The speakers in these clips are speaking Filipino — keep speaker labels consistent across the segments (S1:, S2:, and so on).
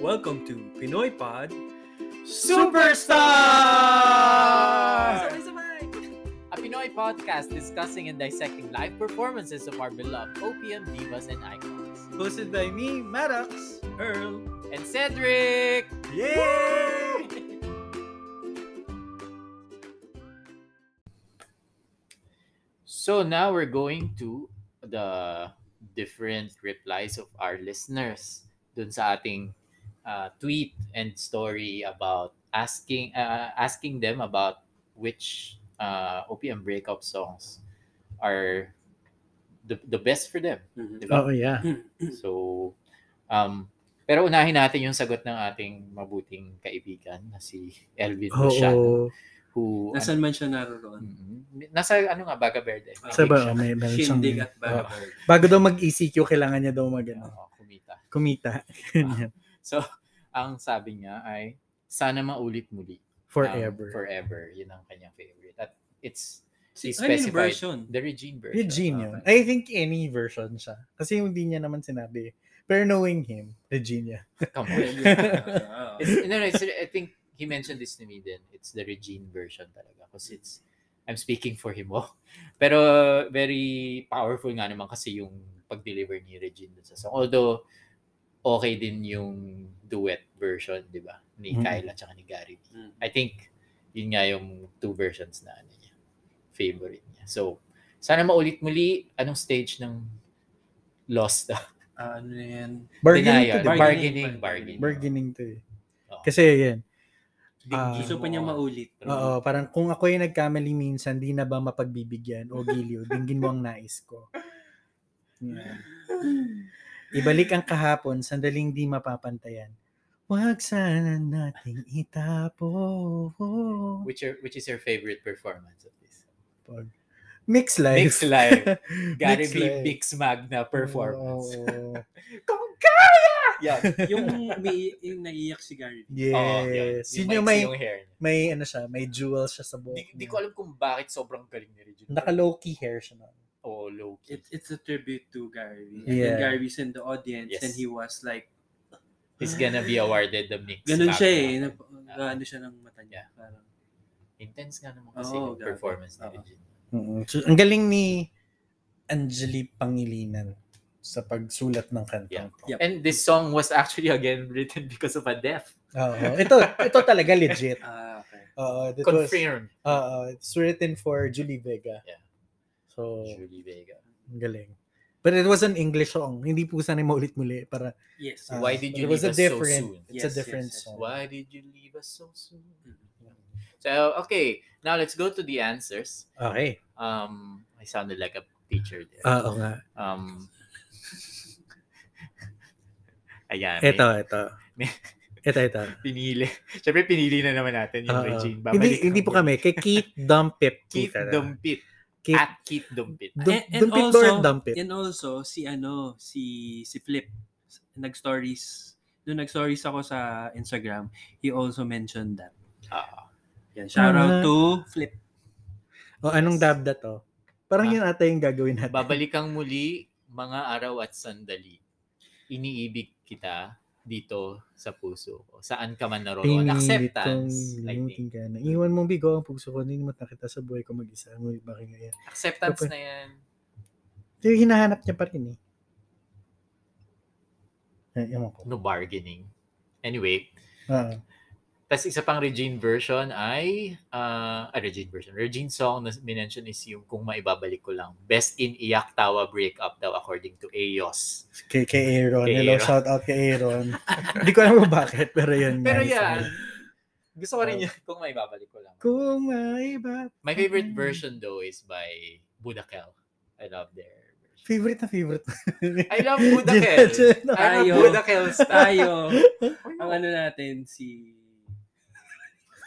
S1: Welcome to Pinoy Pod
S2: Superstar!
S3: Sabay-sabay!
S2: A Pinoy podcast discussing and dissecting live performances of our beloved OPM divas and icons.
S1: hosted by me, Maddox, Earl.
S2: And Cedric!
S1: Yay!
S2: So now we're going to the different replies of our listeners dun sa ating uh, tweet and story about asking uh, asking them about which uh, OPM breakup songs are the, the best for them. di ba?
S4: Oh, yeah.
S2: So, um, pero unahin natin yung sagot ng ating mabuting kaibigan na si Elvin
S4: Oo.
S2: Luciano. Who,
S1: Nasaan man siya naroon?
S2: Mm-mm. nasa ano nga, Baga Verde.
S1: Ah,
S4: Sa ba,
S2: Siya.
S4: oh, may meron siyang...
S1: Shindig at
S2: Baga
S1: Bagabag.
S4: Bago daw mag-ECQ, kailangan niya daw mag ano,
S2: Oo, kumita.
S4: kumita. Ganyan.
S2: So, ang sabi niya ay, sana maulit muli. Um,
S4: Forever.
S2: forever. Yun ang kanyang favorite. At it's
S1: Si,
S2: He
S1: ano yung
S2: specified-
S1: version?
S2: the Regine version.
S4: Regine yun. I think any version siya. Kasi yung hindi niya naman sinabi. Pero knowing him, Regine.
S2: Come on.
S1: Ah, ah.
S2: It's, no, no, it's, I think he mentioned this to me then. It's the Regine version talaga. Because it's, I'm speaking for him. Oh. Pero very powerful nga naman kasi yung pag-deliver ni Regine dun sa song. Although, okay din yung duet version, di ba? Ni
S4: Mm.
S2: Kyle at saka ni Gary. V.
S1: Mm.
S2: I think, yun nga yung two versions na ano niya. Favorite niya. So, sana maulit muli anong stage ng Lost. ah?
S1: ano yan?
S4: Bargaining to,
S2: Denial.
S4: di ba?
S1: Bargain.
S2: Bargaining. Bargaining.
S4: Bargaining to. eh.
S2: Oo.
S4: Kasi yan. Ah,
S1: Gusto pa niya maulit.
S4: Oo, parang kung ako yung nagkamali minsan, di na ba mapagbibigyan o giliw, dinggin mo ang nais ko. Yan. Ibalik ang kahapon, sandaling di mapapantayan. Huwag sana nating itapon.
S2: Which are which is your favorite performance of this?
S4: Mix life.
S2: Mix live. Gary
S4: Mix
S2: B.
S4: live.
S2: Mix Magna performance. Oh,
S4: Oo.
S2: Kung kaya!
S4: Oh.
S2: Yan.
S1: yung, may, yung naiiyak si Gary.
S4: Yes.
S2: Oo, yun.
S4: Yun yung
S2: mics,
S4: may,
S2: yung hair niya.
S4: may ano siya, may jewel siya sa
S2: Di,
S4: buhok.
S2: di
S4: niya.
S2: ko alam kung bakit sobrang galing ni Regine.
S4: Naka low-key hair siya nun.
S2: Oh, low key.
S1: It, it's a tribute to Gary. And
S4: Yeah.
S1: Gary's in the audience
S2: Yes.
S1: and he was like,
S2: He's gonna be awarded the Mix
S1: Ganun siya eh.
S2: Magna.
S1: Nap- ano siya ng mata niya.
S2: Yeah.
S1: Parang,
S2: Intense nga naman kasi
S1: Oo,
S2: yung
S1: Oh, grabe. Ah.
S2: performance ni
S1: Oo.
S2: Regine.
S4: Mm-hmm. So, ang galing ni Angelique Pangilinan sa pagsulat ng kanta.
S2: Yeah.
S1: Yep.
S2: And this song was actually again written because of a death.
S4: Oo. Ito, ito talaga legit.
S1: ah, okay.
S4: Oo, it was,
S2: Confirmed.
S4: oo, it's written for Julie Vega.
S2: Yeah.
S4: So,
S2: Julie Vega.
S4: ang galing. But it was an English song. Hindi po sana maulit-muli para
S1: Yes.
S4: Ah,
S2: Why did
S4: but
S2: you
S4: it was
S2: leave
S4: a
S2: us so
S4: different-
S2: soon?
S1: Yes,
S4: it's a different
S1: yes, yes.
S4: song.
S2: Why did you leave us so soon? So okay, now let's go to the answers.
S4: Okay. Ah,
S2: Um, I sounded like a teacher there.
S4: Oo nga.
S2: um, ayan.
S4: Ito,
S2: Ito.
S4: ito.
S2: may-
S4: Ito, ito.
S2: Pinili. Siyempre, pinili na naman natin yung
S4: Oo.
S2: Regine. Babalik
S4: Ah, Hindi, hindi po kami. Kay Keith Dumpip.
S2: Keith
S4: Kita na.
S2: Dumpit.
S4: Keith
S2: At Keith Dumpit.
S4: Dum-
S1: And- and
S4: Dumpit
S1: also-
S4: or Dumpit?
S1: And also, si ano, si si Flip, nag-stories, nung nag-stories ako sa Instagram, he also mentioned that.
S2: Ah,
S1: Yan, shout out
S4: Ah.
S1: to Flip.
S4: O anong dabda to? Parang
S2: Ah.
S4: yun ata yung gagawin natin.
S2: babalik kang muli mga araw at sandali. Iniibig kita dito sa puso ko. Saan ka man naroon.
S4: Pinilit
S2: Acceptance.
S4: kong
S2: I
S4: limutin
S2: think.
S4: ka na. Iwan mong bigo ang puso ko, ninimot na kita sa buhay ko mag-isa. Ngunit bakit ngayon?
S2: Acceptance na yan.
S4: Pero hinahanap niya pa rin eh. Ay, ewan ko.
S2: No bargaining. Anyway,
S4: Ah,
S2: Tapos isa pang Regine version ay, uh, ah, Regine version, Regine song na minention is yung Kung Maibabalik Ko Lang. Best in Iyak Tawa Breakup daw according to Ayos.
S4: kay, kay Aaron.
S2: Kay
S4: Hello,
S2: Aaron.
S4: shout out kay Aaron. Hindi ko alam kung bakit, pero yun.
S2: Pero
S4: guys,
S2: yan,
S4: ano.
S2: gusto ko rin yun, Kung Maibabalik Ko Lang.
S4: Kung may iba.
S2: My favorite version though is by Budakel. I love their version.
S4: Favorite na favorite.
S2: I love Budakel. I
S1: Tayo.
S2: love Budakel style.
S1: Tayo, ang ano natin, si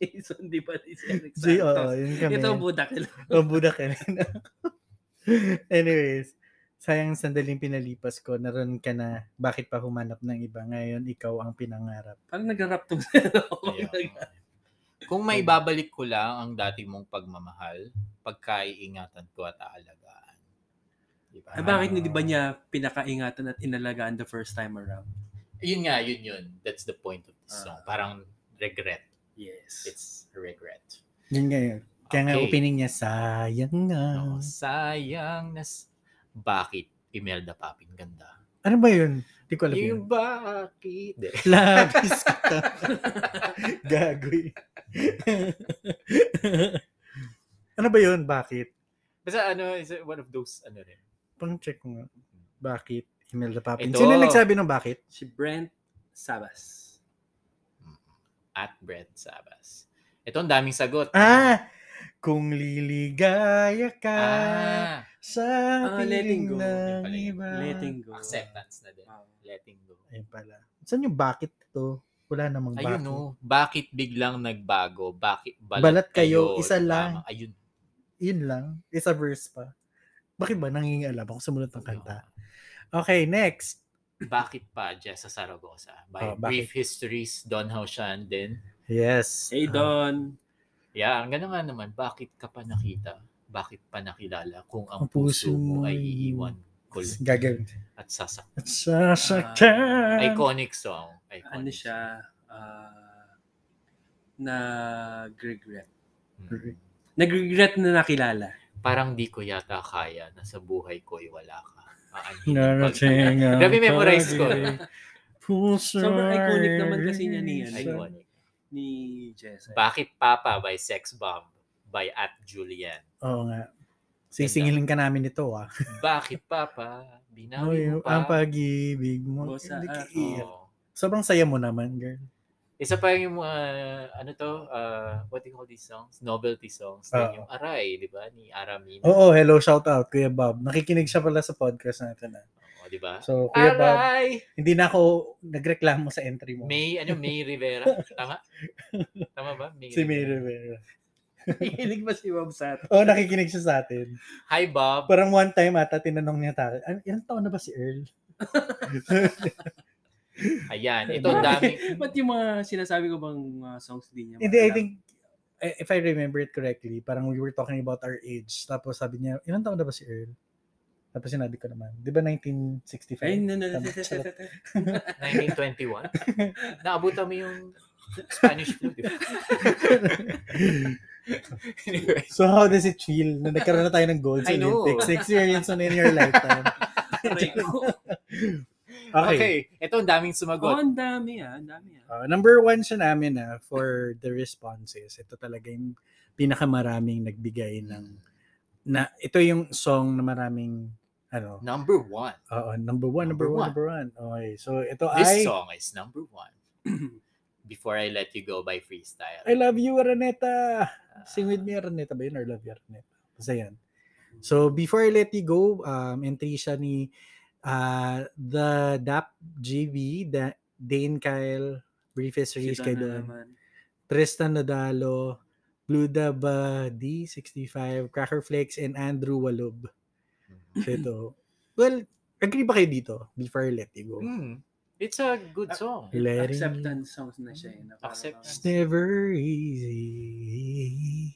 S1: Jason, di ba? Si Alex
S4: J, oo,
S1: Santos.
S4: yun kami.
S1: Ito, budak.
S4: O Budakel. Anyways, sayang sandaling pinalipas ko, naroon ka na, bakit pa humanap ng iba? Ngayon, ikaw ang pinangarap.
S1: Parang ano. nag-rap to.
S2: Ayun. Kung may babalik ko lang ang dati mong pagmamahal, pagkaiingatan ko at aalagaan. Diba?
S1: Ah, bakit hindi ba niya pinakaingatan at inalagaan the first time around?
S2: Yun nga, yun yun. That's the point of this song.
S1: Ah.
S2: Parang regret.
S1: Yes.
S2: It's regret.
S4: Yun nga yun. Kaya nga
S2: Okay.
S4: opening niya, sayang nga.
S2: Oo, sayang na... s- Bakit? Imelda Papin, ganda.
S4: Ano ba yun? Hindi ko alam yun.
S2: Yung bakit? De.
S4: Labis ka. Gagoy. ano ba yun? Bakit?
S2: Basta ano, is one of those, ano rin.
S4: Pang-check ko nga. Bakit? Imelda Papin.
S2: Ito.
S4: Sino nagsabi ng bakit?
S1: Si Brent Sabas.
S2: At Brent Sabas. Ito ang daming sagot.
S4: Ah! Kung liligaya ka
S2: Ah!
S4: sa
S1: Ah, letting
S4: piling
S1: go.
S4: ng
S2: Yung pala yun.
S4: iba.
S1: Letting go.
S2: Acceptance na din.
S1: Wow.
S2: Letting go.
S4: Ayun pala. Saan yung bakit to? Wala namang bakit.
S2: Ayun oh. no, bakit biglang nagbago? Bakit
S4: Balat kayo, isa
S2: Tama.
S4: lang.
S2: Ayun.
S4: Yun lang. It's a verse pa. Bakit ba? Nangingialam ako sumunod ng kanta.
S2: Oo.
S4: Okay, next.
S2: Bakit pa Jess sa Saragossa? By
S4: Oh, bakit?
S2: Brief Histories, Don Haushan din.
S4: Yes.
S1: Hey, Don.
S2: Yeah, ang gano'n nga naman, bakit ka pa nakita? Bakit pa nakilala kung ang
S4: Ang
S2: puso
S4: puso
S2: mo ay
S4: mo'y-
S2: iiwan ko
S4: Uh, Gagawin.
S2: at sasak?
S4: At sasaktan.
S2: Ah, Iconic song. Iconic
S1: Ano
S2: song.
S1: siya? ah, nag-regret.
S4: eh.
S2: Mm.
S1: Nag-regret na nakilala.
S2: Parang di ko yata kaya na sa buhay ko'y wala ka. Aanhin ang pag-
S4: Narating ang
S2: Grabe, memorize ko.
S4: pag-ibig. Puso
S1: Sobrang iconic naman
S4: ay
S1: kasi niya niyan.
S4: isa.
S2: Iconic.
S1: Ni Jess.
S2: Bakit Papa by Sex Bomb by At Julian.
S4: Oo nga. Sisingilin ka namin ito ah.
S2: Bakit Papa? Binawi
S4: Ano
S2: mo
S4: yung ang
S2: pa.
S4: pag-ibig mo.
S1: Busa
S4: Hindi ka
S1: at-
S4: iiyak.
S2: Oo.
S4: Sobrang saya mo naman, girl.
S2: Isa pa yung mga, ano to, uh, what do you call these songs? Novelty songs.
S4: Oo.
S2: Then yung Aray, di ba? Ni Aramin.
S4: Ah. Oo, hello, shout out, Kuya Bob. Nakikinig siya pala sa podcast natin ah.
S2: Oo, di ba?
S4: So, Kuya Bob,
S2: Aray!
S4: hindi na ako nagreklamo sa entry mo.
S2: May, ano, May Rivera. Tama? Tama ba? May
S4: Si May Rivera.
S1: Hilig ba si Bob sa
S4: Oo, nakikinig siya sa atin.
S2: Hi, Bob.
S4: Parang one time ata, tinanong niya tayo, ano, ilang taon na ba si Earl?
S2: Ayan. Ito ang daming.
S1: Ba't yung mga sinasabi ko bang mga songs din niya?
S4: Hindi, I think, I- if I remember it correctly, parang we were talking about our age. Tapos sabi niya, ilang taon na ba si Earl? Tapos sinabi ko naman, di ba 1965?
S1: Ay, no, no, no.
S4: Tama, charot.
S2: 1921. Naabutan mo yung Spanish flu, di ba? anyway,
S4: so how does it feel na nagkaroon na tayo ng gold sa
S2: I know.
S4: Olympics? Experience mo na in your lifetime.
S1: Aray ko.
S2: okay. Ito ang daming
S1: Oh,
S2: sumagot.
S1: ang dami ah. Ang dami ah.
S4: Uh, number one siya namin ah, for the responses. Ito talaga yung pinakamaraming nagbigay ng na ito yung song na maraming ano
S2: Number one.
S4: oo, number one number,
S2: Number one.
S4: one, number one okay so ito
S2: This
S4: ay
S2: song is number one. Before I Let You Go by Freestyle.
S4: I love you Araneta sing with
S1: Ah.
S4: me Araneta ba yun or love you Araneta basta yan so before I let you go um entry siya ni uh, the DAP JV da, Dane Kyle Brief
S1: Si
S4: Histories
S1: Don
S4: kay
S1: na
S4: Don
S1: naman.
S4: Tristan Nadalo, Bluda Badi, 65, Cracker Flakes, and Andrew Walub.
S2: Mm.
S4: So ito. Well, agree ba kayo dito? Before I let you go.
S2: Mm, it's a good song.
S4: Letting
S1: Acceptance songs na siya. Eh, na parang-
S2: Acceptance.
S4: It's never easy,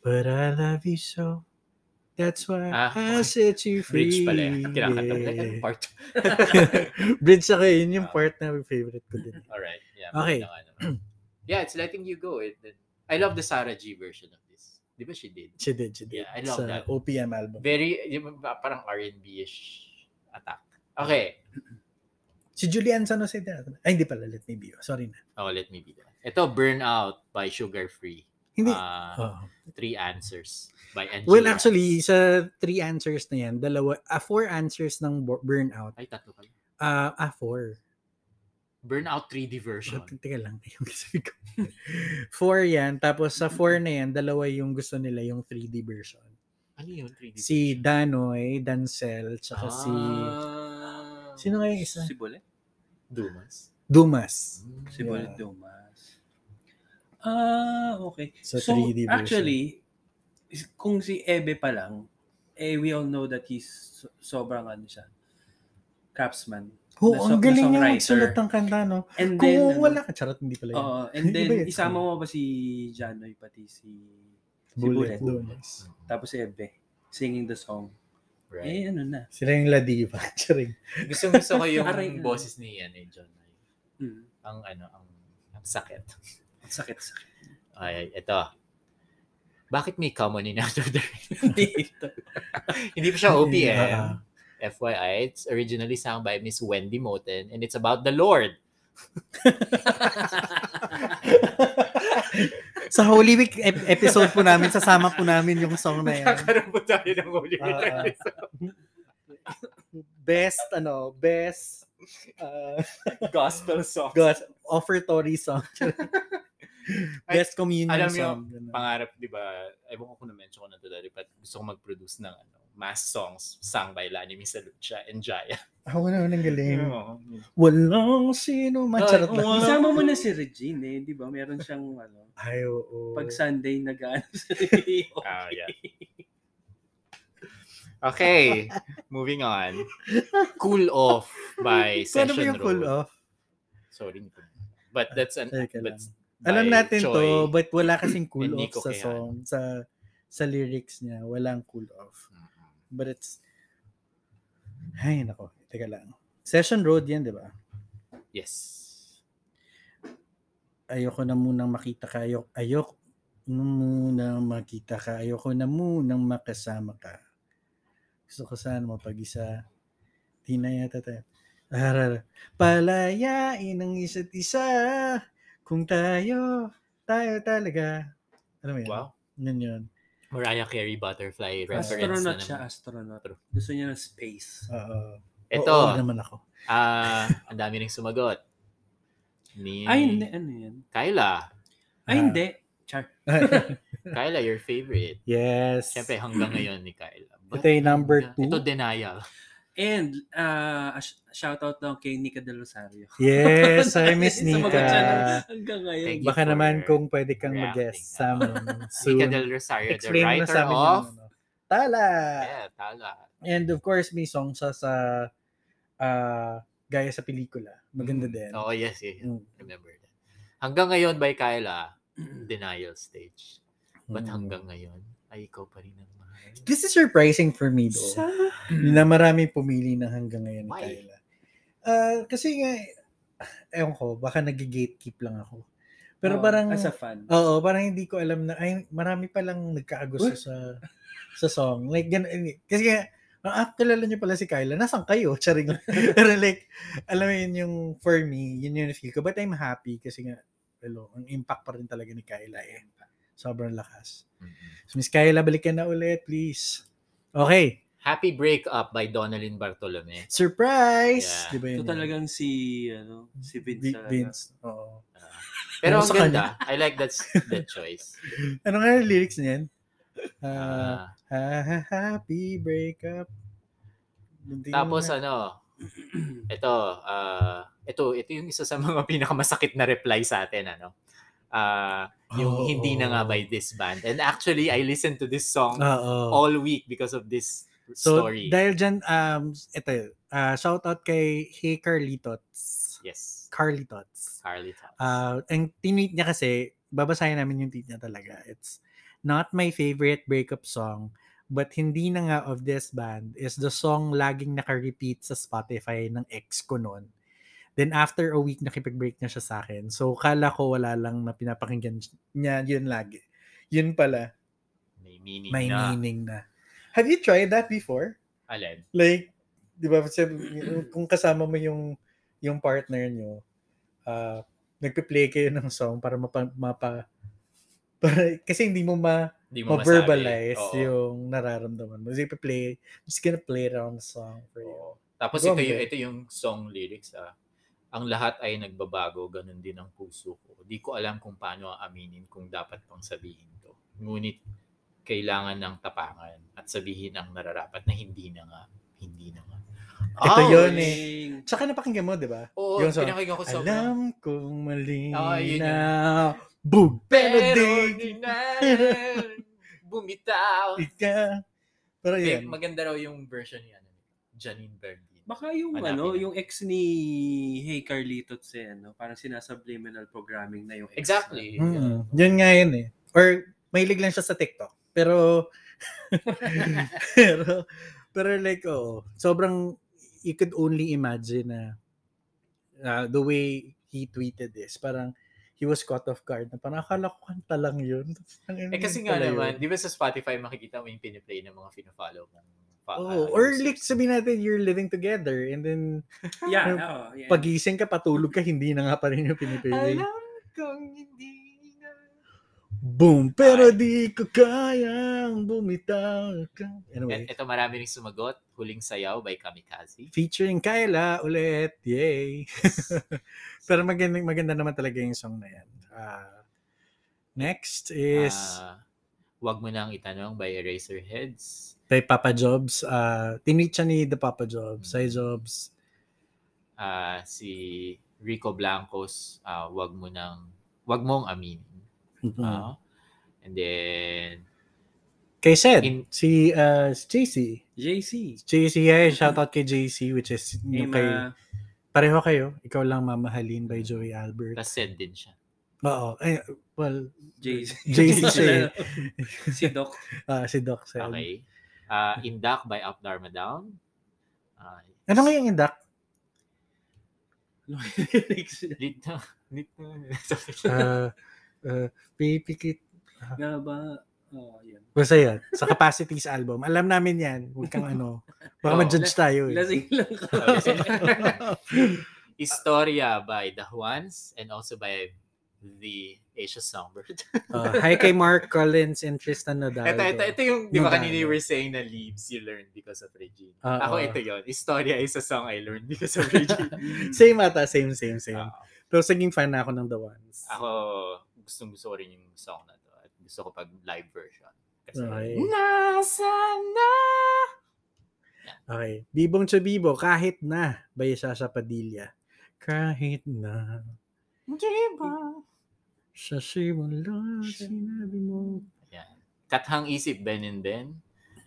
S4: but I love you so. That's why
S2: Ah,
S4: I set you free.
S2: Bridge pala. yan. Kinakanta ko lang yung
S4: Yeah.
S2: part.
S4: Bridge ako. eh. Yun yung
S2: Ah.
S4: part na favorite ko din. eh.
S2: Alright. Yeah,
S4: Okay.
S2: maganda nga naman. yeah, it's Letting You Go. It, it- I love the Sarah G version of this. Di ba she did?
S4: She did, she did.
S2: Yeah, I love
S4: Sa
S2: that.
S4: OPM album.
S2: Very, yung parang R&B-ish attack. Okay.
S4: Si Julian San Jose. din. Ay, hindi pala. Let me be. you. Sorry na.
S2: Oh, let me be that. Ito, Burnout by Sugar Free.
S4: Hindi.
S2: Ah,
S4: Oh.
S2: Three Answers by Angela.
S4: Well, actually, sa three answers na yan, dalawa, ah, four answers ng bu- burnout.
S2: Ay, tatlo pala.
S4: Ah, ah, four.
S2: Burnout 3D version.
S4: Ba't- Teka lang, yung sabi ko. four yan. Tapos sa four na yan, dalawa yung gusto nila, yung 3D version.
S2: Ano yun, 3D
S4: Si Danoy, Dancel, tsaka si
S1: Ah.
S4: Sino nga yung isa?
S1: Si Bullet.
S2: Dumas?
S4: Dumas.
S1: Si
S4: Yeah.
S1: Bullet Dumas. Ah, okay.
S4: So,
S1: So,
S4: 3D version.
S1: actually, is- kung si Ebe pa lang, eh, we all know that he's so- sobrang ano siya, capsman.
S4: Oo,
S1: na so-
S4: ang
S1: na
S4: galing niya
S1: songwriter.
S4: magsulat ng kanta, no?
S1: And
S4: Kung
S1: then, ano,
S4: wala ka, charot, hindi pala yun.
S1: oo, and then,
S4: Iba yun.
S1: isama mo ba si Janoy, pati si, si
S4: Bullet
S1: Bullet,
S4: Dumas.
S1: tapos si Ebe, singing the song.
S2: Right.
S1: Eh, ano na.
S4: Sila yung La Diva. Charing.
S2: Gusto gusto ko yung
S1: Aray, ano.
S2: boses ni ano, John. Ay,
S1: Mm.
S2: Ang ano, ang, ang sakit.
S1: Ang Sakit sa
S2: Ay, ito. Bakit may common in after the
S1: dito.
S2: Hindi pa siya eh.
S4: Yeah.
S2: OPM. FYI, it's originally sung by Miss Wendy Moten and it's about the Lord.
S4: Sa Holy Week ep- episode po namin, sasama po namin yung song na yan.
S2: Nagkakaroon po tayo ng Holy Week.
S4: Ah, ah. Best, ano, best uh,
S2: Gospel song.
S4: God, offertory song. best communion
S2: alam mo
S4: song. Ganun.
S2: Pangarap, di ba? Ewan ko kung na-mention ko na to dati, but gusto ko mag-produce ng ano, mass songs sung by Lani Misalucha and Jaya.
S4: Ako na ang galing.
S2: Oo.
S4: Walang sino man.
S2: Ay,
S4: Charot lang.
S2: wala.
S1: Isama mo na si Regine, eh, di ba? Meron siyang ano,
S4: Ay, oo.
S1: pag Sunday nag-ano eh. sa
S2: Ah, yeah. Okay, moving on. Cool Off by
S4: Paano Ano ba
S2: Session
S4: yung pull
S2: Road.
S4: off?
S2: Sorry, hindi ko. But that's an...
S4: Teka lang.
S2: But
S4: Alam
S2: by
S4: natin
S2: Choi.
S4: to, but wala kasing cool
S2: Hindi
S4: off
S2: ko
S4: sa
S2: kayaan.
S4: song, sa sa lyrics niya. Walang cool off.
S2: Mhm.
S4: But it's, ay nako, teka lang. Session Road yan, di ba?
S2: Yes.
S4: Ayoko na munang makita ka, ayok, ayok, na munang makita ka, ayoko na munang makasama ka. Gusto ko sana mapag-isa. Di na yata tayo. Arar, palayain ang isa't isa, kung tayo, tayo talaga. Ano mo yan?
S2: Wow.
S4: Yun yun.
S2: Mariah Carey Butterfly reference na
S1: astronaut
S2: naman.
S1: siya, astronaut.
S2: True.
S1: Gusto niya ng space.
S4: Oo.
S2: Ito,
S4: Oo naman ako.
S2: ah, ang dami rin sumagot. Ni
S1: Ay, hindi. Ano yan?
S2: Kyla.
S1: Ay,
S4: Ah.
S1: hindi. Char.
S2: Kyla, your favorite.
S4: yes.
S2: Siyempre, hanggang ngayon ni Kyla. But
S4: Ito yung number
S2: hangga-
S4: two.
S2: Ito, denial.
S1: And, uh, shout out lang kay Nika Del Rosario.
S4: Yes, I miss
S1: Sumagot siya
S4: Nika.
S1: ng- Hanggang ngayon.
S2: Thank you.
S4: Baka
S2: for
S4: naman kung pwede kang
S2: reacting.
S4: mag-guest sa amin
S2: Nika
S4: soon.
S2: Del Rosario, the
S4: Explain mo na
S2: writer
S4: sa amin yung
S2: of...
S4: ano. Tala!
S2: Yeah, tala.
S4: And of course, may song sa sa ah, gaya sa pelikula. Maganda din.
S2: Oo, yes, yes.
S4: Mm.
S2: Remember that. Hanggang ngayon by Kyla, denial stage. But
S4: Mm.
S2: hanggang ngayon, ay ikaw pa rin ang mahal.
S4: This is surprising for me though. na marami pumili ng hanggang ngayon ni
S2: Why?
S4: Kyla. Ah, kasi nga, ewan ko, baka nag-gatekeep lang ako.
S1: Oo,
S4: Pero
S1: Oh,
S4: parang, oh,
S1: As a fan.
S4: oo, parang hindi ko alam na, ay, marami palang nagkaagusto sa sa song. Like, ganun, kasi nga, ah, kilala niyo pala si Kyla, nasan kayo? Charing. Pero like, alam mo yun yung, for me, yun yung feel ko. But I'm happy kasi nga, hello, ang impact pa rin talaga ni Kyla eh. Sobrang lakas. So, Miss Kyla, balikan na ulit, please. Okay,
S2: Happy Breakup by Donalyn Bartolome.
S4: Surprise!
S2: Yeah.
S4: Di ba yun?
S1: Ito talagang si, ano, si
S4: Vin-
S1: Vince. talaga.
S4: Vince. Oo.
S2: Pero
S4: Ano
S2: ang
S4: sa
S2: ganda. I like that that choice.
S4: Ano nga yung lyrics niyan? Ah,
S2: Ah,
S4: ha- ha- happy breakup. Hindi ko
S2: tapos
S4: na-
S2: ano, ito, ah, ito, ito yung isa sa mga pinakamasakit na reply sa atin, ano? Ah, yung
S4: Oo.
S2: hindi na nga by this band. And actually, I listened to this song
S4: Oo.
S2: all week because of this
S4: Oh. so,
S2: story.
S4: dahil dyan, um, ito, ah shout out kay Hey Carlitots.
S2: yes.
S4: Carlitots.
S2: Carly Towns.
S4: Uh, ang tinweet niya kasi, babasahin namin yung tweet niya talaga. It's not my favorite breakup song, but hindi na nga of this band is the song laging naka-repeat sa Spotify ng ex ko noon. Then after a week, nakipag-break na siya sa akin. So, kala ko wala lang na pinapakinggan niya yun lagi. Yun pala,
S2: may meaning
S4: may
S2: na.
S4: meaning na. Have you tried that before?
S2: Alin?
S4: Like, di ba, sabi- yung- kung kasama mo yung yung partner nyo, ah nagpe-play kayo ng song para mapa, mapa para, kasi hindi mo ma,
S2: Hindi mo masabi.
S4: ma-verbalize
S2: Oo.
S4: yung nararamdaman mo. Kasi play I'm just gonna play around the song for you.
S2: Oo. Tapos
S4: Go on,
S2: ito yung,
S4: Bea.
S2: ito yung song lyrics ah. Ang lahat ay nagbabago, ganun din ang puso ko. Di ko alam kung paano aaminin kung dapat pang sabihin to. Ngunit kailangan ng tapangan at sabihin ang nararapat na hindi na nga, hindi na nga. Ah,
S4: Ito yun eh.
S1: Galing.
S4: Tsaka napakinggan mo, di ba?
S2: Oo,
S4: Yung song,
S2: pinakinggan ko sobrang.
S4: Alam kong mali
S2: Oh, Ah, yun
S4: na bug, pero
S2: di
S4: di
S2: na bumitaw.
S4: ka. Pero
S2: Pe,
S4: yun.
S2: maganda raw yung version ni ano, Janine Berdin.
S1: Baka yung
S2: Hanapin
S1: ano,
S2: na.
S1: yung ex ni Hey Carlito si ano, parang sinasubliminal programming na yung ex.
S2: Exactly.
S4: Mm, yun nga yun eh. Or mahilig lang siya sa TikTok. Pero pero pero like oo, sobrang you could only imagine na uh, the way he tweeted this, parang he was caught off guard. Na parang akala ko kanta lang yun. Ang ina
S2: Eh kasi
S4: yun
S2: nga
S4: pala yun.
S2: naman, di ba sa Spotify makikita mo yung piniplay ng mga fina-follow mong fa-
S4: Oh,
S2: ah,
S4: or
S2: users.
S4: like sabihin natin you're living together and then
S1: Yeah,
S4: Yung
S1: oo, yeah.
S4: pagising ka, patulog ka, hindi na nga pa rin yung pinipili.
S2: Alam kong hindi na.
S4: Boom! Pero di ko kayang bumitaw ka. Anyway,
S2: Et, eto marami rin sumagot, Huling Sayaw by Kamikaze.
S4: featuring Kyla ulit. Yay! Pero maganda, maganda naman talaga yung song na yan. Ah, next is
S2: Ah, wag mo nang itanong by Eraserheads.
S4: kay Papa Jobs. Uh, tinit siya ni The Papa Jobs. Sai Jobs.
S2: Ah, si Rico Blancos, ah, wag mo nang wag mong aminin.
S4: Mhm.
S2: Ah, and then
S4: Kay Sed.
S2: in-
S4: Si, ah, si JC.
S1: JC.
S4: JC, yeah, shoutout kay JC which is yung kay...
S1: Emma.
S2: ah,
S4: Pareho kayo. Ikaw lang mamahalin by Joey Albert.
S2: tas said din siya.
S4: Oo. Ay, well,
S1: JC.
S4: JC siya eh.
S1: si Doc.
S4: ah, si Doc Sed.
S2: Okay. Ah, Indak by Up Dharma Down. Ah,
S4: Ano nga yung indak?
S1: Ano yung lyrics?
S2: lit na. Lit na.
S4: Uh, uh, pipikit.
S1: Nga ba? Oh, yan.
S4: Basta yan. Sa Capacities album. Alam namin yan. Huwag kang ano. Baka
S2: Oo.
S4: ma-judge tayo eh.
S1: Lasing lang ka.
S2: Historia by The Juans and also by The Asia Songbird.
S4: Uh, hi kay Mark Collins and Tristan Nodal.
S2: ito, ito, ito yung, di ba
S4: Nodal.
S2: kanina you were saying na leaves you learned because of Regina.
S4: Oo.
S2: Ako ito yon. Historia is a song I learned because of Regina.
S4: Same ata. Same, same, same.
S2: Oo.
S4: Pero saging fan na ako ng The Ones.
S2: Ah. ako, gustong gusto ko rin yung song na to. At gusto ko pag live version. Kasi,
S4: Okay.
S2: Nasaan na?
S4: Okay. Bibong Chabibo, Kahit Na by Sasha Padilla. Kahit na
S2: Di ba?
S4: sa simula sinabi mo.
S2: Ayan. Kathang Isip, Ben and Ben.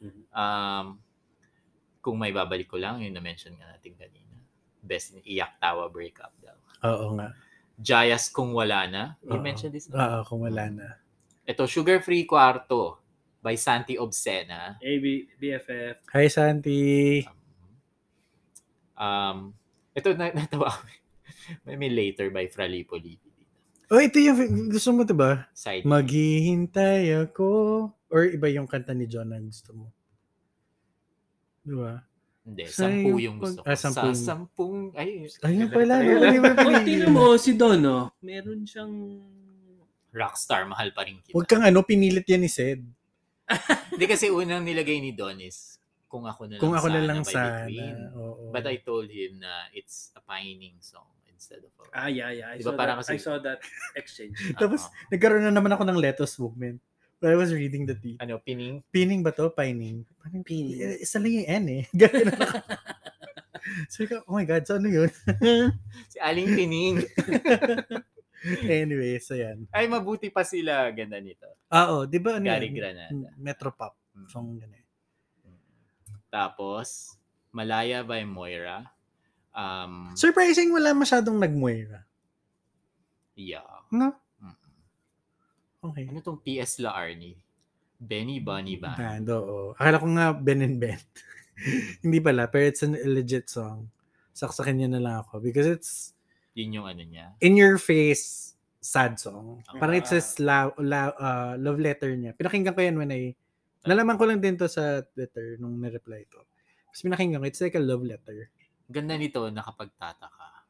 S4: Mm-hmm.
S2: Um, kung may babalik ko lang, yung na-mention nga natin kanina. Best in Iyak Tawa Breakup daw.
S4: Oo nga.
S2: Jayas Kung Wala Na. You
S4: Oo.
S2: mentioned this na?
S4: Oo, kung wala na.
S2: Ito, Sugar Free Quarto by Santi Obsena.
S1: AB, BFF.
S4: Hi, Santi.
S2: Um, ito, na natawa ako. may, may Later by Fralipo Lipi.
S4: Oh, ito yung gusto mo diba? 'to ba?
S2: Side
S4: Maghihintay ako. Or iba yung kanta ni John na gusto mo. Di ba?
S2: Hindi,
S4: Sa
S2: sampu
S4: yung
S2: yung gusto ko.
S4: pag- ah,
S2: Sa
S4: sampung.
S2: sampung, ay,
S4: Ayun pala. No, hindi mo
S1: Oh, tingnan
S4: pinili.
S1: mo, si Don, oh. Meron siyang...
S2: rockstar, mahal pa rin kita.
S4: Huwag kang ano, pinilit yan ni Sed.
S2: Hindi kasi unang nilagay ni Don is, kung ako na lang
S4: Kung ako na
S2: sana
S4: lang
S2: by The Queen.
S4: sana. Oo.
S2: But I told him na it's a pining song instead of a...
S1: Ah, yeah, yeah. I,
S2: Di ba
S1: saw,
S2: parang
S1: that, I
S2: kasi-
S1: saw that exchange.
S4: Tapos,
S2: Oo.
S4: Nagkaroon na naman ako ng lettuce movement. When I was reading the tweet.
S2: ano, pining?
S4: Pining ba to? Pining? Parang
S1: Pining.
S4: Eh, Isa lang yung N eh. Ganyan ako. so, ikaw, oh my God, so ano yun?
S2: Si Aling Pining.
S4: anyway, so yan.
S2: Ay, mabuti pa sila. Ganda nito.
S4: Ah, oh, di ba ano
S2: Gary
S4: yun?
S2: Granada.
S4: Metro Pop.
S2: Mm.
S4: Song ganun.
S2: Tapos, Malaya by Moira. Um,
S4: Surprising, wala masyadong nagmuera.
S2: yeah.
S4: Okay.
S2: Ano tong PS La Arnie? Benny Bunny
S1: Ah.
S2: Band.
S4: Band, oo. Akala ko nga Ben and Ben. Hindi pala, pero it's a legit song. Saksakin niya na lang ako because it's
S2: Yun yung ano niya.
S4: in your face sad song. Parang it
S1: Ah.
S4: says la, la, uh, love letter niya. Pinakinggan ko yan when I, nalaman ko lang din to sa Twitter nung nireply ko. Tapos pinakinggan ko, it's like a love letter.
S2: Ganda nito, nakapagtataka.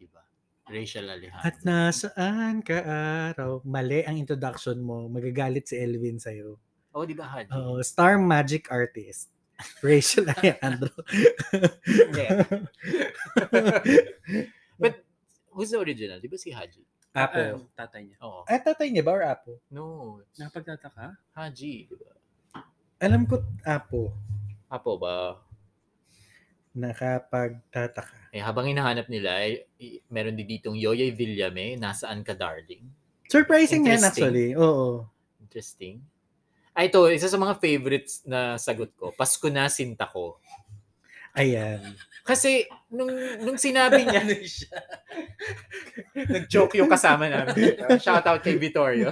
S2: Diba? Rachel Alejandro.
S1: Ah.
S4: At nasaan ka araw? Mali ang introduction mo. Magagalit si Elvin sa'yo.
S2: Oh, diba,
S1: Mm.
S2: Hadi?
S4: Oo, star magic artist. Rachel Alejandro.
S2: Yeah. But, who's the original? Diba si Haji?
S1: Ah,
S4: Apo.
S1: ang tatay niya.
S2: Oo.
S4: Ay, tatay niya ba or Apo?
S2: No.
S1: Napagtataka?
S2: Haji, diba?
S4: Alam ko Apo.
S2: Apo ba?
S4: Nakapagtataka.
S2: Eh, habang hinahanap nila, eh, i- meron din ditong Yoyoy Villame, Nasaan Ka Darling.
S4: Surprising yan
S2: Interesting.
S4: actually. Oo.
S2: Interesting. Ah, ito, isa sa mga favorites na sagot ko, Pasko na Sinta ko.
S4: Ayan.
S2: Kasi, nung, nung sinabi niya,
S1: Ano siya?
S2: nag-joke yung kasama namin. Shout out kay Vittorio.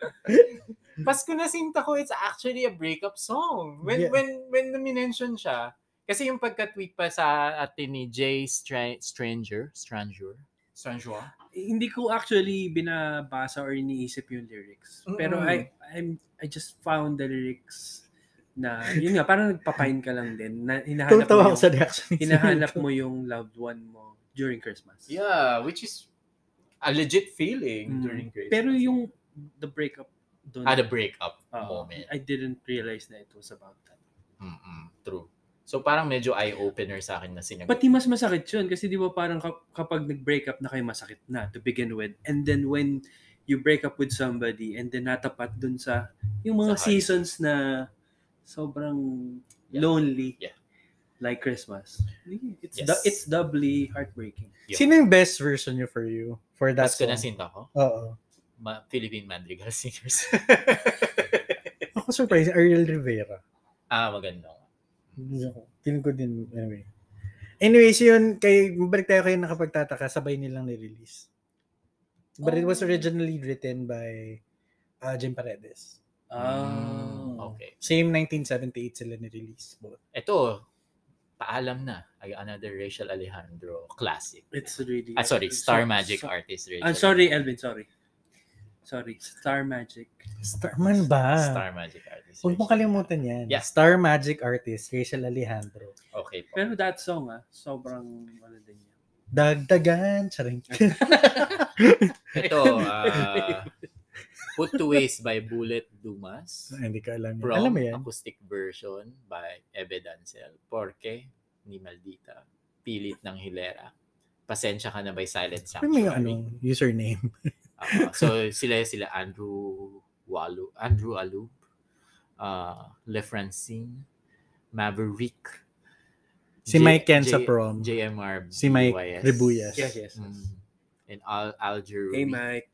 S2: Pasko na Sinta ko, it's actually a breakup song. When,
S4: Yeah.
S2: when, when na-mention siya, kasi yung pagka-tweet pa sa atin ni Jay Stra- Stranger, Stranger, San Juan?
S1: Hindi ko actually binabasa or iniisip yung lyrics. Pero
S2: Mm-mm.
S1: I I'm I just found the lyrics na yun nga parang nagpapain ka lang din na hinahanap
S4: Tutawa
S1: mo
S4: ako
S1: yung,
S4: sa reaction. ni
S1: hinahanap
S4: Sanjo.
S1: mo yung loved one mo during Christmas.
S2: Yeah, which is a legit feeling
S1: Mm.
S2: during Christmas.
S1: Pero yung the breakup doon
S2: At a breakup
S1: Oo.
S2: moment.
S1: I didn't realize na it was about that.
S2: Mm-mm, true. So parang medyo eye-opener sa akin na sinag...
S1: Pati mas masakit yun kasi di ba parang kap- kapag nag-break up na kayo masakit na to begin with. And then when you break up with somebody and then natapat dun sa yung mga
S2: Sa heart.
S1: seasons na sobrang
S2: Yeah.
S1: lonely.
S2: Yeah.
S1: Like Christmas. It's
S2: Yes.
S1: du- it's doubly heartbreaking.
S2: Yun.
S4: Sino yung best version niyo for you? For
S2: Mas
S4: that
S2: ko
S4: song?
S2: na sinta ko.
S4: Oo.
S2: Ma- Philippine Madrigal Singers.
S4: Ako surprised, Ariel Rivera.
S2: ah, maganda.
S4: Hindi ako- Feeling ko din, anyway. Anyways, yun, kay, balik tayo kayo nakapagtataka, sabay nilang nirelease. But it was
S2: Oh.
S4: originally written by uh, Jim Paredes.
S1: Ah.
S2: Mm, Hmm, Okay.
S4: Same 1978 sila nirelease. Both.
S2: Ito, paalam na. Ay, another Rachel Alejandro classic.
S1: It's really
S2: Ah, sorry.
S1: it's
S2: Star
S1: so-
S2: Magic
S1: so-
S2: artist Rachel.
S1: I'm sorry,
S2: Alejandro.
S1: Elvin, sorry. Sorry, Star Magic.
S4: Starman ba?
S2: Star Magic artist.
S4: Ah. Huwag mo
S2: Rachel
S4: kalimutan yan.
S2: Yeah.
S4: Star Magic Artist, Rachel Alejandro.
S2: Alejandro. Okay po.
S1: Pero that song ah, sobrang ano din niya.
S4: Dagdagan, charing.
S2: Ito, ah, Put to Waste by Bullet Dumas.
S4: Ah, Hindi ko alam. Yan.
S2: From
S4: Alam mo yan?
S2: acoustic version by Ebe Dancel. Porke ni Maldita. Pilit ng Hilera. Pasensya ka na by Silent
S4: Alam mo
S2: Sanctuary.
S4: yung ano, username.
S2: Ah, so sila sila Andrew Walu, Andrew Alu, uh, Le Francine, Maverick,
S4: Si Mike Ken sa
S2: J-
S4: prom.
S2: JMR,
S4: Si Mike
S2: BYS.
S4: Ribuyas.
S1: Yes, yes. yes.
S2: Mm. and Al Alger
S1: Hey Mike,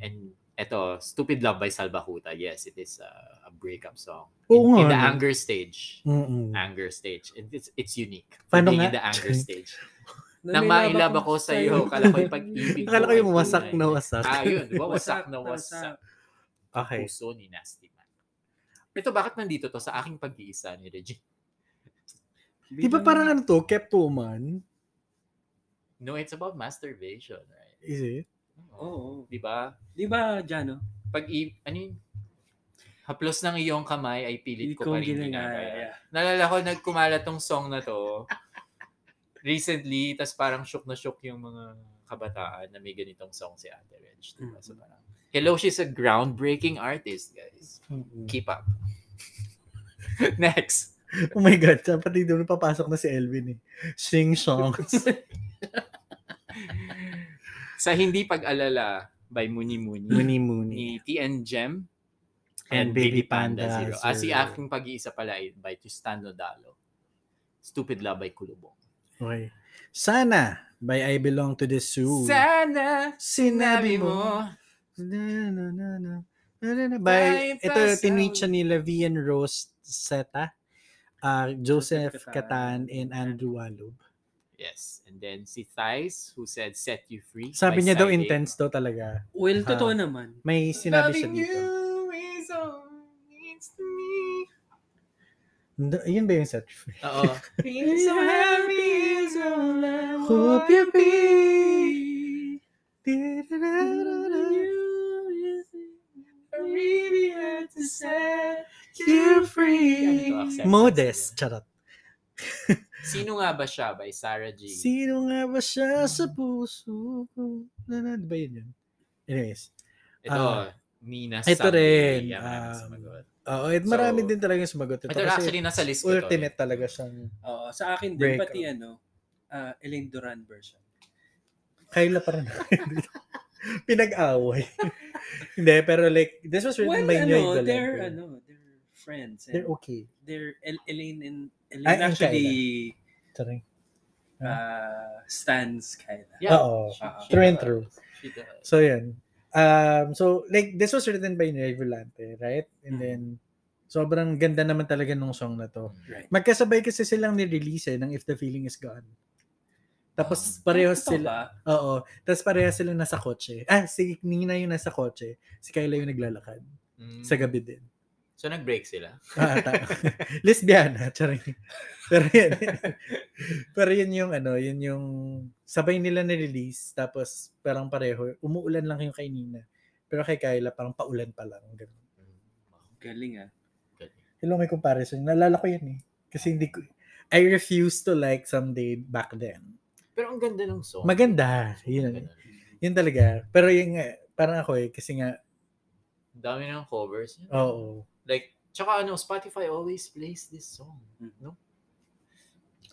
S2: and eto Stupid Love by Salbakuta. Yes, it is uh, a breakup song.
S4: Oo
S2: in, in
S4: nga,
S2: the
S4: no?
S2: anger stage.
S4: Mm-mm.
S2: Anger stage. And It's it's unique. For
S4: Paano
S2: being in
S4: nga?
S2: the anger stage. Nang mailab ako sa iyo, kala ko yung pag-ibig.
S4: Akala ko
S2: ay
S4: yung wasak
S2: tunay.
S4: na wasak.
S2: Ah, yun. Diba? Wasak na wasak.
S4: Okay.
S2: Puso ni Nasty Man. Ito, bakit nandito to sa aking pag-iisa ni Reggie?
S4: Di ba parang ano to? Kept woman?
S2: No, it's about masturbation, right?
S4: Is it?
S2: Oo.
S1: Oo.
S2: Di ba?
S1: Di ba, Jano?
S2: Pag, i- ano yun? Haplos ng iyong kamay ay pilit
S1: Hindi
S2: ko pa
S1: ko
S2: rin ginagaya. Nalala ko, nagkumala tong song na to recently, tas parang shook na shook yung mga kabataan na may ganitong song si Ate Reg. Diba? So
S1: Mhm.
S2: parang, hello, she's a groundbreaking artist, guys. Keep up. Next.
S4: Oh my God. Dapat di doon papasok na si Elvin eh. Sing songs.
S2: sa Hindi Pag-alala by Muni Muni,
S4: Muni Muni.
S2: ni TN Gem
S4: And Baby Panda
S2: Zero. Ah, si
S4: Zero.
S2: aking pag-iisa pala ay by Tristano Dalo. Stupid Love by Kulubong.
S4: Okay. Sana by I Belong to the Zoo.
S2: Sana
S4: Sinabi mo. Na, na, na, na. Na, na, na. By,
S2: By
S4: ito,
S2: Pascal.
S4: tinweet siya nila V and Rose Seta, ah, Joseph
S1: Joseph Catan.
S4: Catan, and Andrew Walub.
S2: Yes. And then si Thais who said Set You Free. by
S4: Sabi niya daw
S2: Side A.
S4: intense daw talaga.
S1: Well,
S4: Ah.
S1: totoo naman.
S4: May sinabi siya
S2: Loving
S4: dito.
S2: you is all it's to me.
S4: Da- Yun ba yung set?
S2: Oo. Being so happy is all I
S4: Hope you be.
S2: I really had to set
S4: You're free.
S2: Ganito, acceptance
S4: Modest. Charot.
S2: Sino nga ba siya by Sarah G?
S4: Sino nga ba siya sa puso ko? Na, na, di ba yun yun? Anyways.
S2: ito,
S4: ah,
S2: Nina
S4: ito
S2: Sunday.
S4: rin,
S2: Yan, maraming
S4: um,
S2: sumagot.
S4: Oo, at marami
S2: So,
S4: din talaga yung sumagot. Ito,
S2: Ito actually nasa list ko to. eh.
S4: ultimate talaga siyang
S1: Oo, sa akin din,
S4: Break
S1: pati
S4: up.
S1: ano, ah, Elaine Duran version.
S4: Kayla parang pinag-away. Hindi, pero like, this was
S1: Well,
S4: written by Noy
S1: ano,
S4: Galego.
S1: they're, ano, they're friends. and
S4: They're okay.
S1: They're El- Elaine and,
S4: Ay,
S1: Elaine
S4: and
S1: actually
S4: Sorry. Kayla.
S1: uh, stands Kyla.
S2: Yeah.
S4: Oo.
S2: She- she
S4: Through and
S2: does.
S4: through.
S2: She does.
S4: So, yun. Um, so, like, this was written by Noy Volante, right? And then, sobrang ganda naman talaga nung song na to.
S1: Right.
S4: Magkasabay kasi silang nirelease eh, ng If the Feeling is Gone.
S1: Ah.
S4: Tapos, parehas
S1: Totoo
S4: sila.
S1: ba?
S4: Oo. Tapos, parehas sila nasa kotse. Ah, si Nina yung nasa kotse. Si Kyla yung naglalakad.
S2: Mm.
S4: Sa gabi din.
S2: So, So, nag-break sila.
S4: Ah, ta- Lesbiana, charing. Pero yun, pero yun yung ano, yun yung sabay nila na-release, tapos parang pareho, umuulan lang yung kay Nina. Pero kay Kyla, parang paulan pa lang. ganun.
S1: Galing ah.
S4: Hello, may comparison. Nalala ko yun eh. Kasi hindi ko, I refuse to like someday back then.
S2: Pero ang ganda ng song.
S4: Maganda. Yun,
S2: Ganun.
S4: yun talaga. Pero yung, parang ako eh, kasi nga,
S2: Dami ng covers. niya.
S4: oo.
S2: Like, tsaka ano, Spotify always plays this song. No?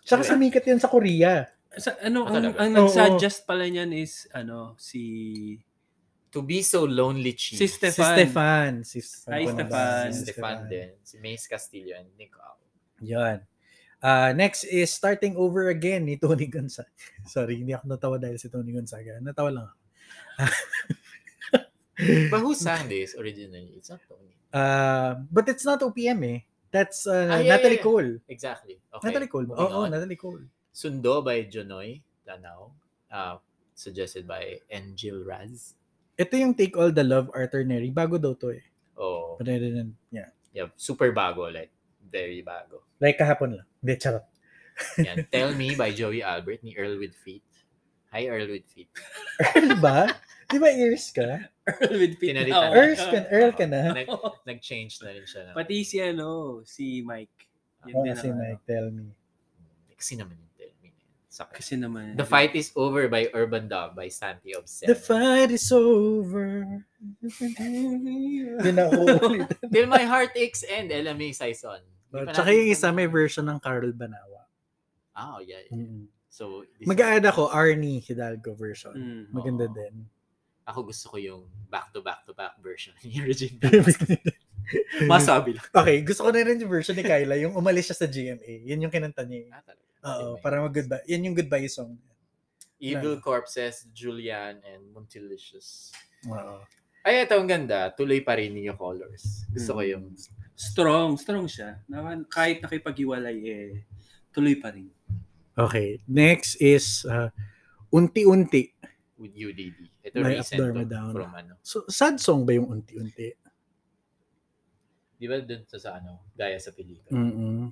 S4: Tsaka sumikat yun sa Korea.
S1: Sa, ano, ang,
S2: Ah, talaga?
S1: ang
S4: Oo.
S1: nagsuggest pala niyan is, ano, si,
S2: To be so lonely, Chi.
S1: si Stefan.
S4: Si Stefan. Si Stefan.
S1: Hi, Stefan.
S2: Si Stefan din. Si Mace Castillo and Nick Au.
S4: Yun. Ah, next is Starting Over Again ni Tony Gonzaga. Sorry, hindi ako natawa dahil si Tony Gonzaga. Natawa lang ako.
S2: But who sang this originally? It's not Tony.
S4: Ah, but it's not OPM eh. That's uh,
S2: Ah, yeah, yeah, yeah.
S4: Natalie Cole.
S2: Exactly. Okay.
S4: Natalie Cole. Oo,
S2: moving
S4: oh,
S2: on.
S4: Natalie Cole.
S2: Sundo by Jonoy Tanaw. Uh, suggested by Angel Raz.
S4: Ito yung Take All the Love Arternary. Bago daw to eh.
S2: Oh,
S4: But I didn't, yeah.
S2: yeah, super bago. Like, very bago.
S4: Like kahapon lang. Hindi, charot.
S2: Yan. Tell Me by Joey Albert ni Earl with Feet. Hi, Earl with Feet.
S4: Earl ba? Di ba Ears ka?
S1: Earl with Pete.
S2: Pinalitan
S1: Oh,
S2: niya.
S4: Earl ka, Earl ka na.
S2: Nag, nag-change na rin siya. Na,
S1: Pati si, ano, si Mike. Yun
S4: Oo,
S1: din
S4: kasi
S1: ang, ano.
S4: Oh, Mike, tell me.
S2: kasi naman yung Tell Me. na yun. Sakit.
S1: Kasi naman.
S2: The Fight is Over by Urban Dog by Santi Obscene.
S4: The fight is over. Yun na uulit.
S2: Till My Heart Aches and LMA Saison. Hindi pa
S4: Tsaka
S2: natin
S4: yung isa
S2: ito-
S4: may version ng Carl Banawa.
S2: Ah, oh, yeah. yeah.
S4: Mm.
S2: So, this
S4: Mag-a-add ako, Arnie Hidalgo version.
S1: Mm.
S4: Maganda
S2: Oo.
S4: din.
S2: ako gusto ko yung back-to-back-to-back version ni Regina. Masabi lang.
S4: okay, gusto ko na rin yung version ni Kyla, yung umalis siya sa GMA. Yan yung kinanta niya. eh.
S2: Ah, talaga.
S4: Oo,
S2: Okay, may-
S4: para mag-goodbye. Yan yung goodbye song.
S2: Evil Corpses, Julian, and Montilicious.
S4: Oo.
S2: Ay, ito ang ganda. Tuloy pa rin niyo colors. Gusto ko yung...
S1: Strong. Strong siya. Naman, kahit nakipaghiwalay, eh, tuloy pa rin.
S4: Okay, next is uh, Unti-Unti.
S2: with UDD. Ito
S4: May
S2: recent
S4: Up, Down,
S2: to,
S4: May Down.
S2: from ano.
S4: So, sad song ba yung Unti-Unti?
S2: Di ba dun sa, sa ano, gaya sa pelikula.
S4: Mm-mm.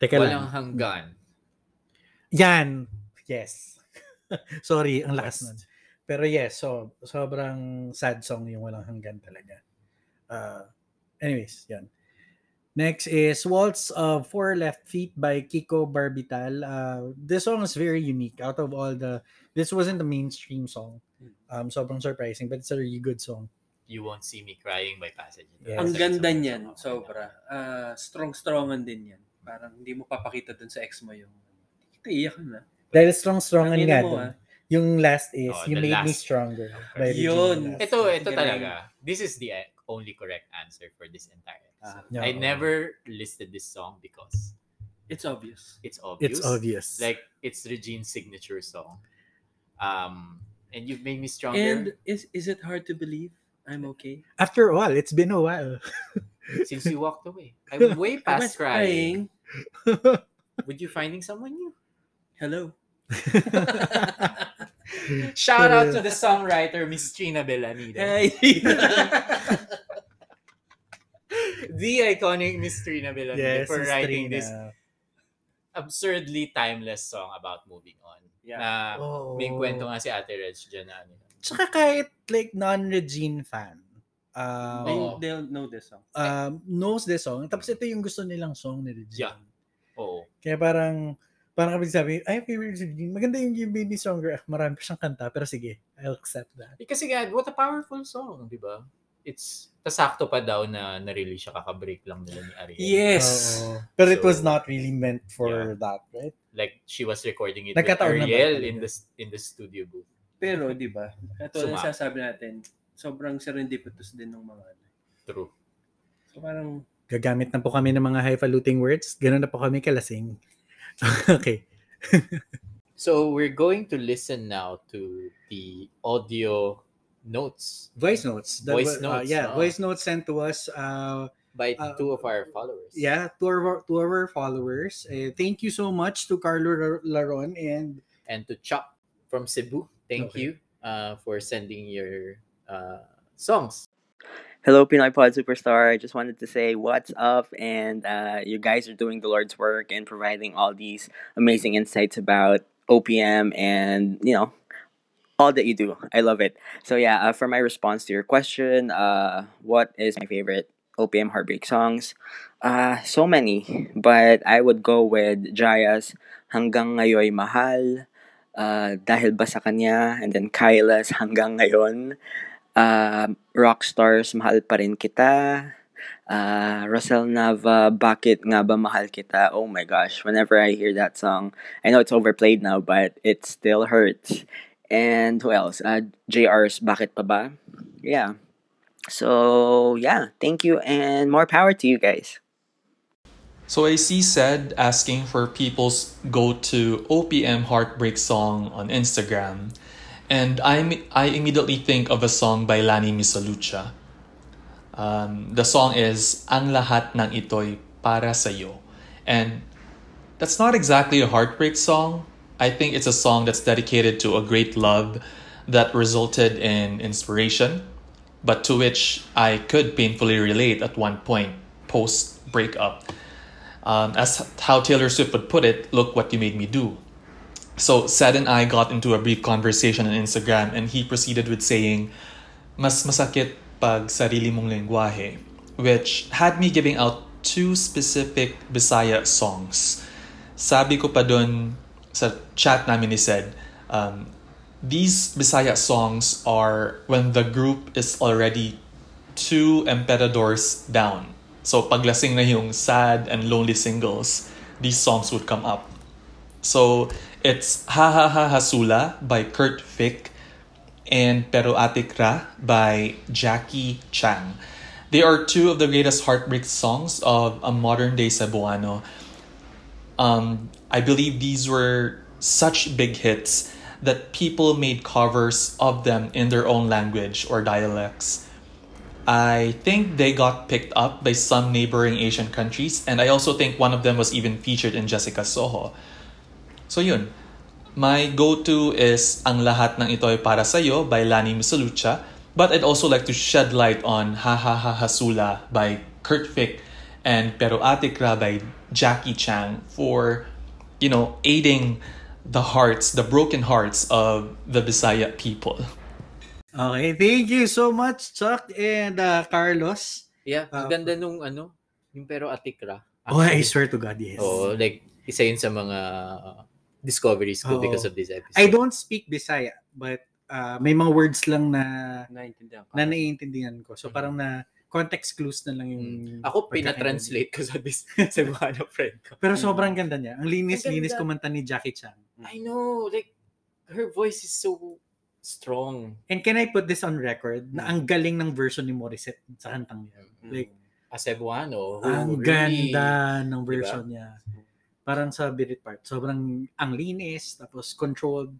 S4: Teka
S2: Walang
S4: lang.
S2: hanggan.
S4: Yan. Yes. Sorry, ang lakas
S2: West.
S4: nun. Pero yes, so sobrang sad song yung walang hanggan talaga. Uh, anyways, yan. Next is Waltz of Four Left Feet by Kiko Barbital. Uh, this song is very unique. Out of all the, this wasn't the mainstream song.
S1: Hmm.
S4: Um, sobrang surprising, but it's a really good song.
S2: You Won't See Me Crying by Passage.
S4: Yes.
S1: Ang
S4: Sa
S1: ganda niyan, sobra. Ah, strong-strongan din yan. Parang hindi mo papakita dun sa ex mo yung kita iyak na.
S4: Dahil strong-strongan
S1: Tangina
S4: nga
S1: mo,
S4: dun.
S1: ah.
S4: Yung last is
S2: Oh,
S4: You
S2: the
S4: Made Me
S2: last.
S4: Stronger. by Regina
S1: Yun.
S4: Velasquez.
S2: Ito, ito
S1: Galing.
S2: talaga. This is the eh, only correct answer for this entire episode.
S4: Ah,
S2: I
S4: yeah.
S2: never listed this song because
S1: It's obvious.
S2: it's obvious.
S4: It's obvious.
S2: Like, it's Regine's signature song. Um, and You've Made Me Stronger.
S1: And is is it hard to believe I'm okay?
S4: After all, it's been a while.
S2: Since you walked away. I'm
S1: I
S2: way
S1: was
S2: past crying. Would you finding someone new?
S1: Hello.
S2: Shout out to the songwriter, Miss Trina Bellanida.
S1: Hey.
S2: the iconic Miss Trina Bellanida for
S4: Miss
S2: writing
S4: Trina.
S2: this absurdly timeless song about moving on.
S1: Yeah. Oh.
S2: Na
S4: Oo.
S2: may kwento nga si Ate Reg dyan na ano.
S4: Tsaka kahit like non-Regine fan, um,
S1: They,
S2: Oo.
S1: they'll know this song.
S2: eh.
S4: um, knows the song. Tapos ito yung gusto nilang song ni Regine.
S2: Yeah. Oo.
S4: Kaya parang, parang kapag sabi, ay, favorite si Regine, maganda yung You Made Me Stronger. Ah, marami pa siyang kanta, pero sige, I'll accept that.
S2: Eh, kasi nga, what a powerful song, di ba? It's, tasakto pa daw na na-release siya kakabreak lang nila ni Ariel.
S1: Yes.
S4: Oo. Pero it was
S2: So-
S4: not really meant for
S2: Yeah.
S4: that, right?
S2: Like, she was recording it
S4: Nagkataon na
S2: with
S4: ba
S2: Ariel
S4: talaga?
S2: in the, in the studio booth.
S1: Pero, di ba? Ito ang
S2: Suma.
S1: sasabi natin. Sobrang serendipitous din ng mga ano.
S2: True.
S1: So parang,
S4: Gagamit na po kami ng mga highfalutin words. Ganun na po kami kalasing. okay.
S2: So, we're going to listen now to the audio notes
S4: Voice notes. That
S2: Voice
S4: wa-
S2: notes, oh.
S4: uh, yeah,
S2: oo.
S4: voice notes sent to us uh,
S2: by
S4: Uh,
S2: two of our followers.
S4: yeah to our to our followers Eh, thank you so much to Carlo Lar- Laron and
S2: and to Chop from Cebu. Thank
S4: Okay.
S2: you uh, for sending your uh, songs.
S3: Hello, Pinoy Pod Superstar. I just wanted to say what's up, and uh, you guys are doing the Lord's work and providing all these amazing insights about OPM and, you know, all that you do. I love it. So, yeah, uh, for my response to your question, uh, what is my favorite OPM heartbreak songs? Uh, so many, but I would go with Jaya's Hanggang Ngayoy Mahal, uh, Dahil Ba Sa Kanya, and then Kyla's Hanggang Ngayon um, Rockstars, Mahal Pa Rin Kita, uh, Rosel Nava, Bakit Nga Ba Mahal Kita, oh my gosh, whenever I hear that song, I know it's overplayed now, but it still hurts. And who else? Uh, JR's Bakit Pa Ba? Yeah. So, yeah, thank you and more power to you guys.
S5: So AC said asking for people's go to OPM heartbreak song on Instagram, and I I immediately think of a song by Lani Misalucha. Um, the song is Ang Lahat ng Ito'y Para Sa'yo. And that's not exactly a heartbreak song. I think it's a song that's dedicated to a great love that resulted in inspiration, but to which I could painfully relate at one point post breakup. Um, as how Taylor Swift would put it, look what you made me do. So Sad and I got into a brief conversation on Instagram and he proceeded with saying, mas masakit pag sarili mong lengguahe, which had me giving out two specific Bisaya songs. Sabi ko pa dun sa chat namin ni Sed, um, these Bisaya songs are when the group is already two emperadors down. So paglasing na yung sad and lonely singles, these songs would come up. So it's Ha Ha Ha Hasula by Kurt Fick and Pero Atikra by Jackie Chang. They are two of the greatest heartbreak songs of a modern day Cebuano. Um, I believe these were such big hits that people made covers of them in their own language or dialects. I think they got picked up by some neighboring Asian countries, and I also think one of them was even featured in Jessica Soho. So yun, my go-to is Ang Lahat ng Ito ay Para Sa'yo by Lani Misalucha, but I'd also like to shed light on Ha Ha Ha Hasula by Kurt Fick and Pero Atikra by Jackie Chang for, you know, aiding the hearts, the broken hearts of the Bisaya people.
S4: Okay, thank you so much, Chuck and uh, Carlos.
S2: Yeah, ang
S4: Ah,
S2: ganda nung ano, yung pero atikra.
S4: Oh, I swear to God, yes.
S2: Oh, like isa yun sa mga uh, discoveries ko
S4: Oo.
S2: because of this episode.
S4: I don't speak Bisaya, but uh, may mga words lang na
S1: Naintindihan ko.
S4: na naiintindihan ko. So parang na context clues na lang yung
S2: Mm. Ako
S4: pagkakaintindi.
S2: pinatranslate ko sa bis sa Cebuano friend ko.
S4: Pero sobrang ganda niya. Ang linis-linis
S2: Ang ganda.
S4: kumanta ni Jackie Chan.
S2: I know, like her voice is so strong.
S4: And can I put this on record na ang galing ng version ni Morissette sa kantang niya. Like,
S2: A Cebuano. who
S4: ang
S2: oh, really-
S4: ganda ng version niya. Parang sa Birit Part. Sobrang ang linis, tapos controlled.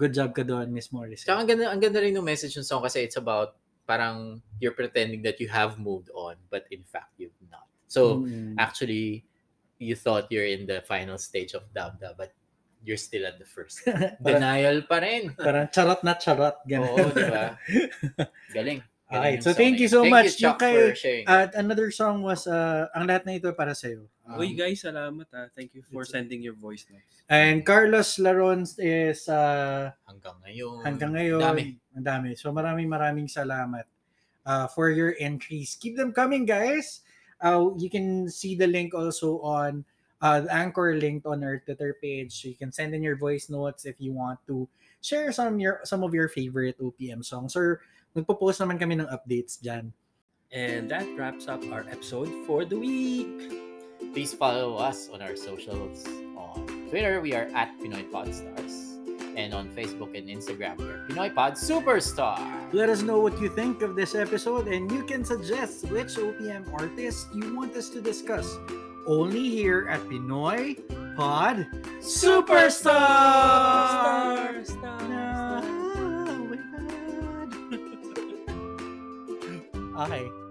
S4: Good job ka doon, Miss Morissette.
S2: Tsaka ang ganda, ang ganda rin ng message ng song kasi it's about parang you're pretending that you have moved on but in fact you've not. So
S4: Mm.
S2: actually you thought you're in the final stage of Dabda but you're still at the first. Denial pa rin.
S4: Parang charot na charot. Ganun.
S2: Oo, di ba? Galing. Galing
S4: Okay,
S2: yung
S4: so
S2: song
S4: thank
S2: na
S4: you
S2: yun.
S4: so much.
S2: Thank you, Chuck,
S4: Yung kay- uh,
S2: for sharing.
S4: At another song was, uh, ang lahat na ito ay para sa'yo. Um,
S1: Uy, guys, salamat ah. Thank you for sending your voice notes.
S4: And Carlos Laron is uh,
S2: hanggang ngayon.
S4: hanggang ngayon.
S2: Dami.
S4: Ang dami. So maraming maraming salamat uh, for your entries. Keep them coming, guys. Uh, you can see the link also on uh, the anchor link on our Twitter page. So you can send in your voice notes if you want to share some your some of your favorite OPM songs or nagpo-post naman kami ng updates dyan.
S1: And that wraps up our episode for the week.
S2: Please follow us on our socials. On Twitter, we are at Pinoy Podstars. And on Facebook and Instagram, we're Pinoy Pod Superstar.
S4: Let us know what you think of this episode and you can suggest which OPM artist you want us to discuss. Only here at Pinoy Pod Superstar! No, oh my God. okay.